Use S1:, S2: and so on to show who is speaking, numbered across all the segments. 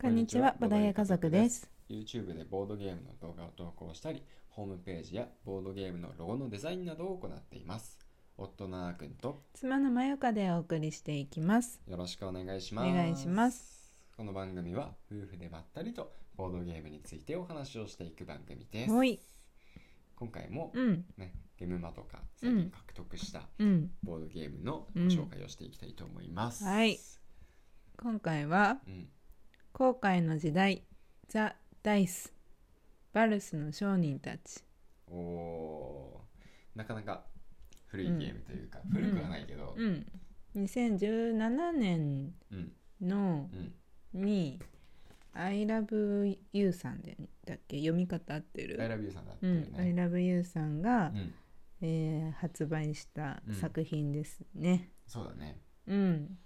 S1: こんにちは、ボダイヤ家族です。
S2: YouTube でボードゲームの動画を投稿したり、ホームページやボードゲームのロゴのデザインなどを行っています。夫のあーくんと
S1: 妻のまよかでお送りしていきます。
S2: よろしくお願いします。
S1: お願いします。
S2: この番組は夫婦でまったりとボードゲームについてお話をしていく番組です。
S1: ほい、
S2: 今回も、
S1: うん、
S2: ね、ゲムマとか最近獲得した
S1: うん。
S2: ボードゲームのご紹介をしていきたいと思います。
S1: うんはい。今回は、
S2: うん。
S1: 後悔の時代、ザ・ダイス、バルスの商人たち。
S2: おーなかなか古いゲームというか、古くはないけど、
S1: うん。2017年
S2: うん、
S1: の
S2: うん、
S1: に、I love you さんでだっけ読み方合って
S2: アイ
S1: る
S2: ラビューさんだった
S1: う
S2: よ
S1: ん、I
S2: ね。
S1: love you さんが、
S2: うん、
S1: えー発売した作品ですね。
S2: そうだね。
S1: うん。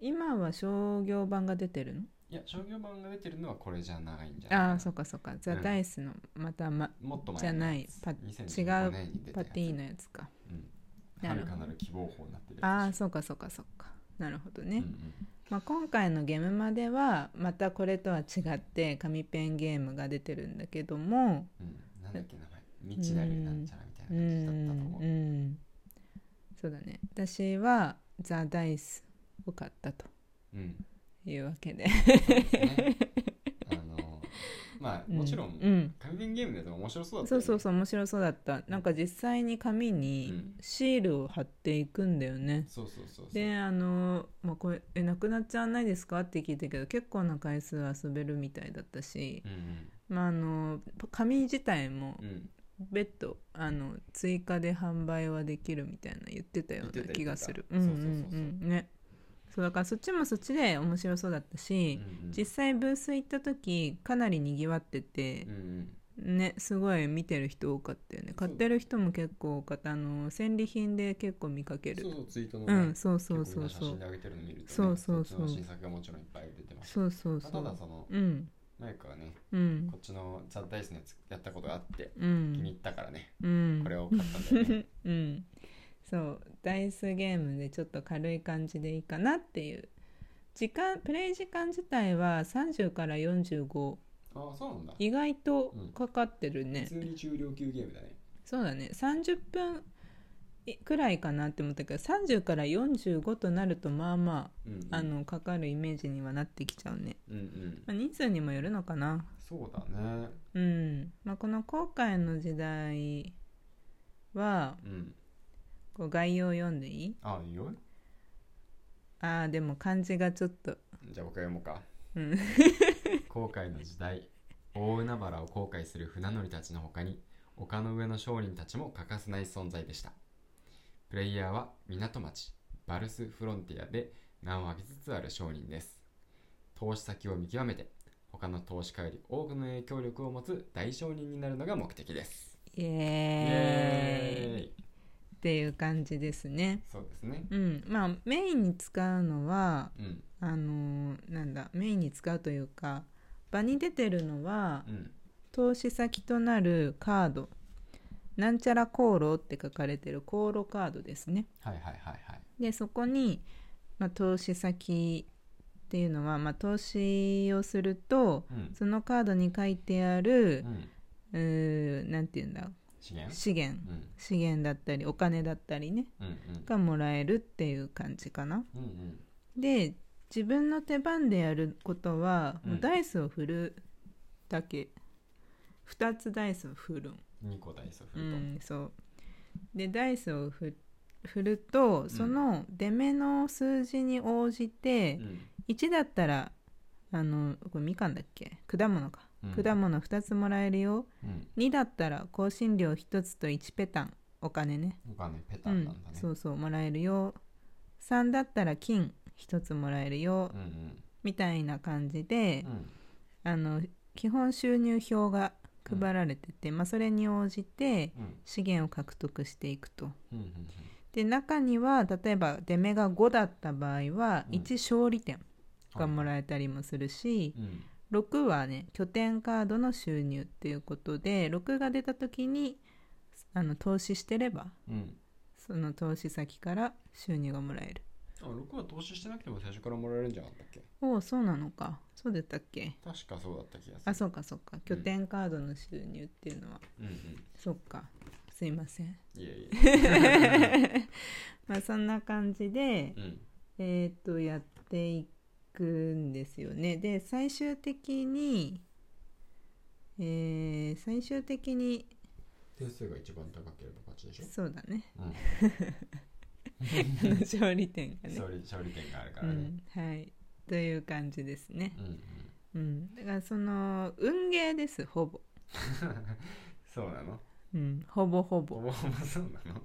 S1: 今は商業版が出てるの
S2: いや、商業版が出てるのはこれじゃないんじゃないかな
S1: ああーそうかそうかザ・
S2: うん
S1: ダイスのまた、ま、
S2: もっと前
S1: じゃないパ
S2: 違う年に出た
S1: パ
S2: やつ
S1: ティのやつか
S2: うん。
S1: な
S2: は
S1: る
S2: る
S1: ほど
S2: かなる希望法になってる
S1: ああ
S2: そ
S1: そうかそうかそうかなるほどね、
S2: うんうん。
S1: まあ、今回の「ゲームまではまたこれとは違って紙ペンゲームが出てるんだけども
S2: うん。なんだっけ、名前。未知なるなんちゃらみたいうな感じだっ
S1: ん
S2: たと思う。
S1: うんそうだね私はザ・ダイスを買ったと
S2: うん。
S1: いうわけで
S2: そうですね。あの、まあ、 もちろ、
S1: うんん
S2: 紙ペンゲームだと面白そう
S1: う
S2: だ
S1: ん
S2: ったよ
S1: そうそ
S2: ね
S1: うそう面白そうだったなんか実際に紙
S2: う
S1: に
S2: ん
S1: シールを貼っていくんだよね、
S2: そうそうそうそう。
S1: であの、まあ、これえなくなっちゃわないですかって聞いたけど結構な回数遊べるみたいだったし
S2: う、ん
S1: まあ、あの紙自体も
S2: うん。うん。
S1: 別途あの追加で販売はできるみたいな言ってたよう
S2: 言
S1: な
S2: ってた
S1: 気がする。う
S2: 言
S1: ん
S2: っ
S1: う
S2: て
S1: んう
S2: たそうそうそうん
S1: ねそうだからそっちもそっちで面白そうだったし、
S2: うんうん
S1: 実際ブース行った時かなりにぎわってて
S2: う、ん
S1: ねすごい見てる人多かったよね買ってる人も結構多かったあの戦利品で結構見か
S2: う
S1: け
S2: ん。
S1: る
S2: そうそう、ツイートの
S1: う
S2: ね。
S1: んそうそう
S2: 結構
S1: そ
S2: みん
S1: う
S2: な
S1: そう
S2: 写真で上げてるの見るとね、
S1: そうそうそう
S2: っちの新作がもちろんいっぱい出てます
S1: そうそう
S2: まあ
S1: そ
S2: ただ
S1: う。
S2: その
S1: うん。
S2: マイクはね
S1: うん
S2: こ。っちのザ・ダイスのやつやったことがあって
S1: う
S2: 気に入
S1: ん。
S2: ったからね、
S1: うん。
S2: これを買ったんだよね
S1: うん。そう。ダイスゲームでちょっと軽い感じでいいかなっていう。時間、プレイ時間自体は30から45。
S2: ああそうなんだ
S1: 意外と
S2: うん
S1: かかってるね
S2: 普。通に中量級ゲームだね
S1: そうだね。30分いくらいかなって思ったけど、30から45となるとまあま
S2: うんうん
S1: あ、あの、かかるイメージにはなってきちゃうね。
S2: うんうん
S1: まあ、人数にもよるのかな。
S2: そうだね
S1: うんまあ、この後悔の時代は
S2: うん
S1: こう概要を読んでいい
S2: あいいよ
S1: あーでも漢字がちょっと
S2: じゃあ僕読もうか
S1: うん
S2: 後悔の時代大海原を後悔する船乗りたちの他に丘の上の商人たちも欠かせない存在でしたプレイヤーは港町バルスフロンティアで名を上げつつある商人です投資先を見極めて他の投資家より多くの影響力を持つ大商人になるのが目的です
S1: イエーイ
S2: イエーイ
S1: っていう感じですね
S2: そうですね
S1: うんまあメインに使うのは
S2: うん
S1: あのーなんだメインに使うというか場に出てるのは
S2: うん
S1: 投資先となるカードなんちゃら航路って書かれてる航路カードですね
S2: はいはいはいはい
S1: でそこに、まあ、投資先っていうのは、まあ、投資をすると
S2: うん
S1: そのカードに書いてある
S2: う、ん
S1: うーなんていうんだ
S2: 資源
S1: 資源
S2: うん
S1: 資源だったりお金だったりね
S2: うん
S1: がもらえるっていう感じかな
S2: うんうんうん
S1: で自分の手番でやることは、
S2: うん
S1: もうダイスを振るだけ2つダイスを振るん
S2: 2個ダイソー振
S1: う
S2: ると、
S1: ん、そうでダイスをふ振るとその出目の数字に応じて、
S2: うん
S1: 1だったらあのこれみかんだっけ果物か、
S2: うん
S1: 果物2つもらえるよ
S2: うん
S1: 2だったら香辛料1つと1ペタンお金ね
S2: お金ペタンなんだ
S1: う
S2: ね
S1: ん、。そうそうもらえるよ3だったら金1つもらえるよ、
S2: うん
S1: みたいな感じ
S2: う
S1: で
S2: んう、ん
S1: あの基本収入表が配られてて、まあ、それに応じて、
S2: うん
S1: 資源を獲得していくと
S2: うんうん
S1: で中には例えば出目が5だった場合は
S2: うん
S1: 1勝利点がも
S2: え
S1: らえたりもするし、
S2: うん
S1: 6はね拠点カードの収入っていうことで6が出た時にあの投資してれば
S2: うん
S1: その投資先から収入がもらえる
S2: ああ6は投資してなくても最初からもらえるんじゃなかったっけ
S1: おおそうなのかそうだったっけ
S2: 確かそうだった気がする
S1: あそうかそうか拠点カードの収入っていうのは、
S2: うんうん
S1: そうかすいません
S2: いえい え
S1: まあそんな感じで、
S2: うん
S1: えっ、とやっていくんですよねで最終的にえー最終的に
S2: 点数が一番高ければ勝ちでしょ
S1: そうだね
S2: うん
S1: あの勝利点がね
S2: 勝利勝利点があるか
S1: う
S2: らね
S1: ん、はいという感じですね、
S2: うん うん
S1: うん、だからその運ゲーですほぼ、
S2: そうなの
S1: うん、ほぼほ
S2: ほ
S1: ぼっ
S2: ぼほぼそうな の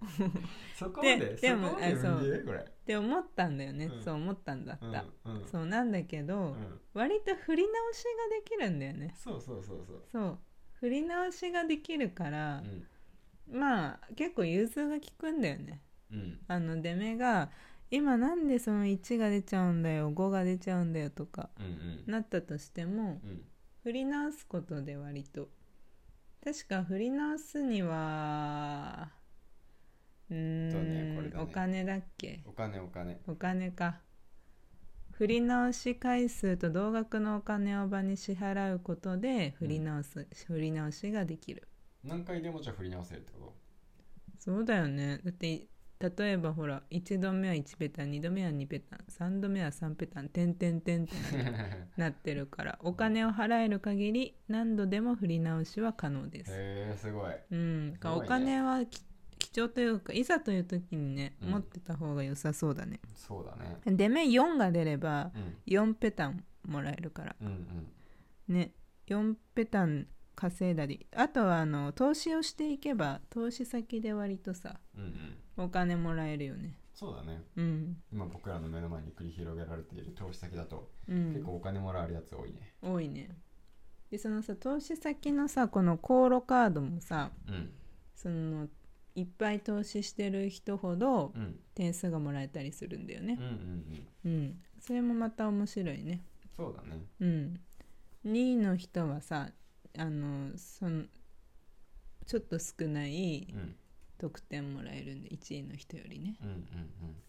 S2: そこまで
S1: で
S2: そ
S1: で
S2: こ
S1: も
S2: まで
S1: あそう
S2: 運ゲーこれ
S1: て思ったんだよね、
S2: うん
S1: そう思ったんだった、
S2: うんうん
S1: そうなんだけど、
S2: うん
S1: 割と振り直しができるんだよね
S2: そうそうそうそう
S1: そう振り直しができるか
S2: う
S1: ら、
S2: ん
S1: まあ結構融通が利くんだよね
S2: うん
S1: あの出目が今なんでその1が出ちゃうんだよ5が出ちゃうんだよとか
S2: うんうん
S1: なったとしても
S2: うん
S1: 振り直すことで割と確か振り直すにはうーん
S2: そうねこれだね
S1: お金だっけ
S2: お金お金
S1: お金か振り直し回数と同額のお金を場に支払うことで振り直す、振り直しができる
S2: 何回でもじゃあ振り直せるってこ
S1: そうだよねだって例えばほら1度目は1ペタン2度目は2ペタン3度目は3ペタンてんてんてんって
S2: とへ
S1: なってるからお金を払える限り何度でも振り直しは可能です
S2: えすごい
S1: うん、
S2: すごい
S1: お
S2: ね
S1: 金はき貴重というかいざという時にね、
S2: うん
S1: 持ってた方が良さそうだね
S2: そうだね
S1: で目4が出れば
S2: うん
S1: 4ペタンもらえるから
S2: うんうん
S1: ね4ペタン稼いだりあとはあの投資をしていけば投資先で割とさ
S2: うんうん
S1: お金もらえるよね
S2: そうだね
S1: うん
S2: 今僕らの目の前に繰り広げられている投資先だと
S1: う
S2: 結
S1: ん
S2: 構お金もらえるやつ多いね
S1: 多いねでそのさ投資先のさこの航路カードもさ
S2: うん
S1: そのいっぱい投資してる人ほど
S2: うん
S1: 点数がもらえたりするんだよね、
S2: うんうんうん
S1: うん、それもまた面白いね。
S2: そうだね
S1: うん、2位の人はさあのそのちょっと少ない
S2: うん
S1: 得点もらえるんで1位の人よりね
S2: うんうん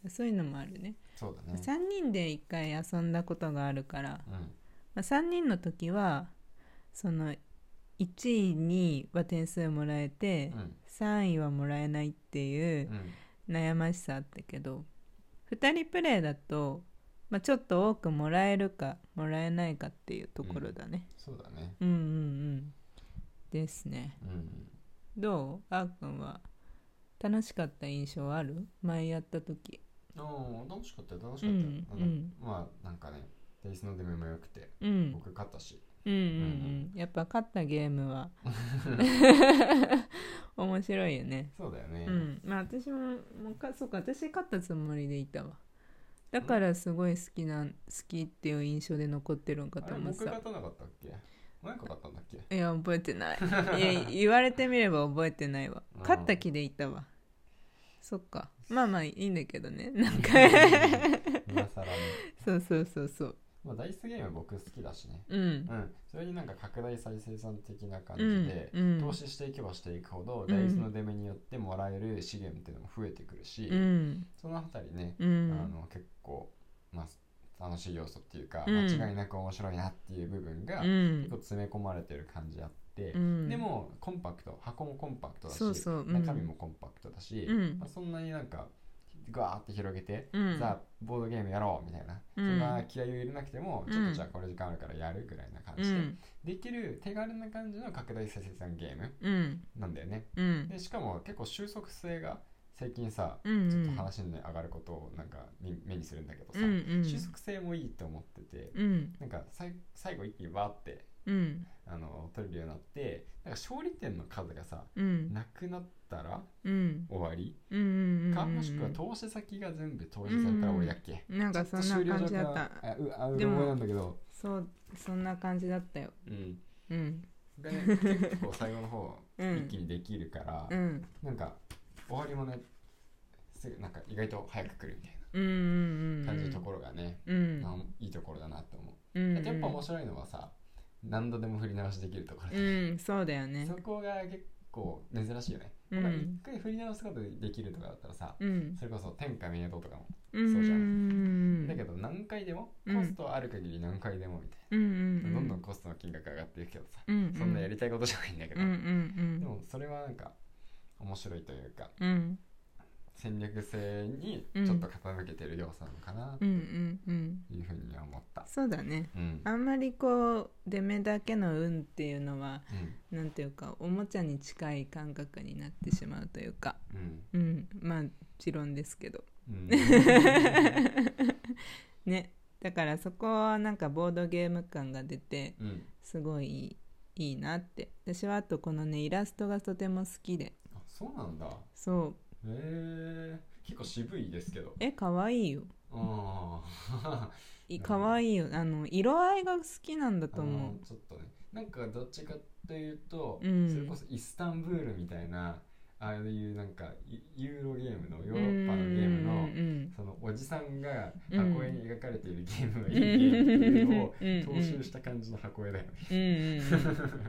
S2: うん
S1: そういうのもあるね、
S2: そうだね
S1: 3人で1回遊んだことがあるから、
S2: うん
S1: まあ、3人の時はその1位2位は点数もらえて、
S2: うん
S1: 3位はもらえないっていう
S2: うん
S1: 悩ましさあったけど2人プレイだと、まあ、ちょっと多くもらえるかもらえないかっていうところだね、
S2: そうだね
S1: うん、うんうんですね
S2: うんうん
S1: どうあーくんは楽しかった印象はある前やった時
S2: ああ楽しかったよ楽しかったよ
S1: うん
S2: あの
S1: うん
S2: まあなんかねテイスの出目も良くて
S1: うん
S2: 僕勝ったし
S1: うんうんうんやっぱ勝ったゲーム は面白いよね
S2: そうだよね
S1: うんまあ私ももうかそうか私勝ったつもりでいたわだからすごい好きな好きっていう印象で残ってるんか
S2: あ
S1: と
S2: れ
S1: 思って
S2: 僕
S1: た
S2: 勝たなかったっけ何か勝ったんだっけ
S1: いや覚えて ないいや言われてみれば覚えてないわ
S2: うん
S1: 勝った気でいたわそっかまあまあいいんだけどねなんか
S2: 今更ね
S1: そうそうそうそう
S2: まあダイスゲーム僕好きだしね
S1: うん
S2: うん、それになんか拡大再生産的な感
S1: うん
S2: じで、
S1: うん
S2: 投資していけばしていくほど、
S1: うん
S2: ダイスの出目によってもらえる資源っていうのも増えてくるし、
S1: うん
S2: そのあたりね、
S1: う
S2: あ
S1: ん
S2: の結構、まあ、楽しい要素っていうか、
S1: うん
S2: 間違いなく面白いなっていう部分が
S1: う
S2: 結
S1: ん
S2: 構詰め込まれてる感じあって、
S1: うん
S2: でもコンパクト箱もコンパクトだし
S1: そうそううん
S2: 中身もコンパクトだし、
S1: うん
S2: まあ、そんなになんかガーって広げて、
S1: うん
S2: さあボードゲームやろうみたいな、
S1: うん
S2: そんな気合を入れなくても、
S1: うん
S2: ちょっとじゃあこれ時間あるからやるぐらいな感
S1: う
S2: じで。
S1: ん
S2: できる手軽な感じの拡大再生産ゲーム
S1: うん
S2: なんだよね
S1: うん
S2: でしかも結構収束性が最近さ、
S1: うん
S2: ちょっと話に上がることをなんかみ目にするんだけどさ、
S1: うんうん
S2: 収束性もいいと思ってて、
S1: うん
S2: なんかさい最後一気にバーって
S1: うん
S2: あの取れるようになってなんか勝利点の数がさ
S1: うん
S2: なくなったら
S1: うん
S2: 終わり
S1: うんうん
S2: か、もしくは投資先が全部投資されたら終わりだっけ、
S1: なんかそんな感じだった
S2: あうあう
S1: でも
S2: ろ覚えなんだけど、
S1: そうそんな感じだったよ
S2: うん、
S1: うん
S2: がね結構最後の方
S1: うん
S2: 一気にできるから、
S1: うん
S2: なんか終わりもねすぐなんか意外と早く来るみたい
S1: うんうんうん
S2: な感じのところがね、
S1: うん
S2: あのいいところだなと思
S1: う
S2: う、
S1: ん
S2: だってやっぱ面白いのはさ何度でも振り直しできるところで、
S1: うんそうだよね
S2: そこが結構珍しいよね
S1: うん
S2: なんか一回振り直すことできるとかだったらさ、
S1: うん
S2: それこそ天下明道とかもそうじゃ
S1: ん
S2: だけ
S1: ど
S2: ど何回でも
S1: うん
S2: コストある限り何回でもみたい
S1: うんうんう
S2: な、
S1: ん
S2: どんどんコストの金額上がっていくけどさ、
S1: うんうん
S2: そんなやりたいことじゃないんだけ
S1: う
S2: ど、
S1: んうん
S2: でもそれはなんか面白いというか
S1: うんうん
S2: 戦略性にちょっと傾けてる要素なのかな
S1: うんうんうん
S2: というふうには思った、
S1: そうだね
S2: うん
S1: あんまりこう出目だけの運っていうのは
S2: うん
S1: なんていうかおもちゃに近い感覚になってしまうというか
S2: う
S1: う
S2: ん
S1: んまあ持論ですけど
S2: うん
S1: ねだからそこはなんかボードゲーム感が出て
S2: うん
S1: すごいいいいいなって私はあとこのねイラストがとても好きで
S2: あそうなんだへ
S1: そう
S2: え結構渋いですけど
S1: え可愛いよ
S2: ああ
S1: い
S2: うん
S1: 可愛いよあの色合いが好きなんだと思
S2: ちょっとねなんかどっちかというと、
S1: うん
S2: それこそイスタンブールみたいなああいうなんかユユーロゲームのヨーロッパのゲームの、
S1: うん
S2: そのおじさんが
S1: うん
S2: 箱絵に描かれているゲームが
S1: う
S2: い
S1: ん
S2: いゲームっていうの
S1: う
S2: を
S1: ん
S2: 踏襲した感じの箱絵だよね。
S1: うんうんう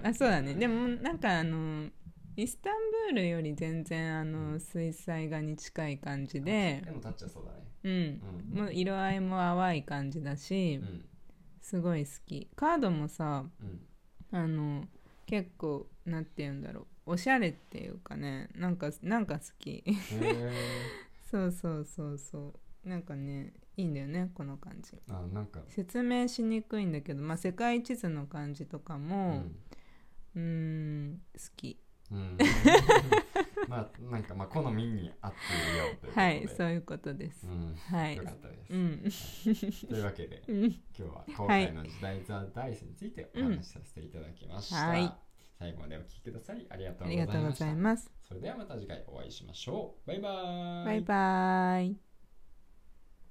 S1: んあそうだねでもなんかあのイスタンブールより全然あの水彩画に近い感じで
S2: でもタッチはそうだね。
S1: うん
S2: うん
S1: もう色合いも淡い感じだ
S2: う
S1: し
S2: ん
S1: すごい好きカードもさ
S2: うん
S1: あの結構なんて言うんだろうおしゃれっていうかねなんかなんか好き
S2: へえ
S1: そうそうそうそうなんかねいいんだよねこの感じ
S2: あなんか、
S1: 説明しにくいんだけど、まあ、世界地図の感じとか
S2: う
S1: も
S2: ん
S1: うーん好き
S2: うん、 まあなんかまあ好みに合っているよということで。
S1: はいそういうことです、
S2: うん
S1: はい
S2: よかったです。
S1: うん
S2: というわけで。
S1: うん
S2: 今日は今回の時代ザ・ダイスについてお話しさせていただきました、
S1: うんはい
S2: 最後までお聞きくださりありがと
S1: あ
S2: うご
S1: り
S2: ざい
S1: がとうご
S2: ました
S1: ざいます
S2: それではまた次回お会いしましょうバイバーイ
S1: バイバイ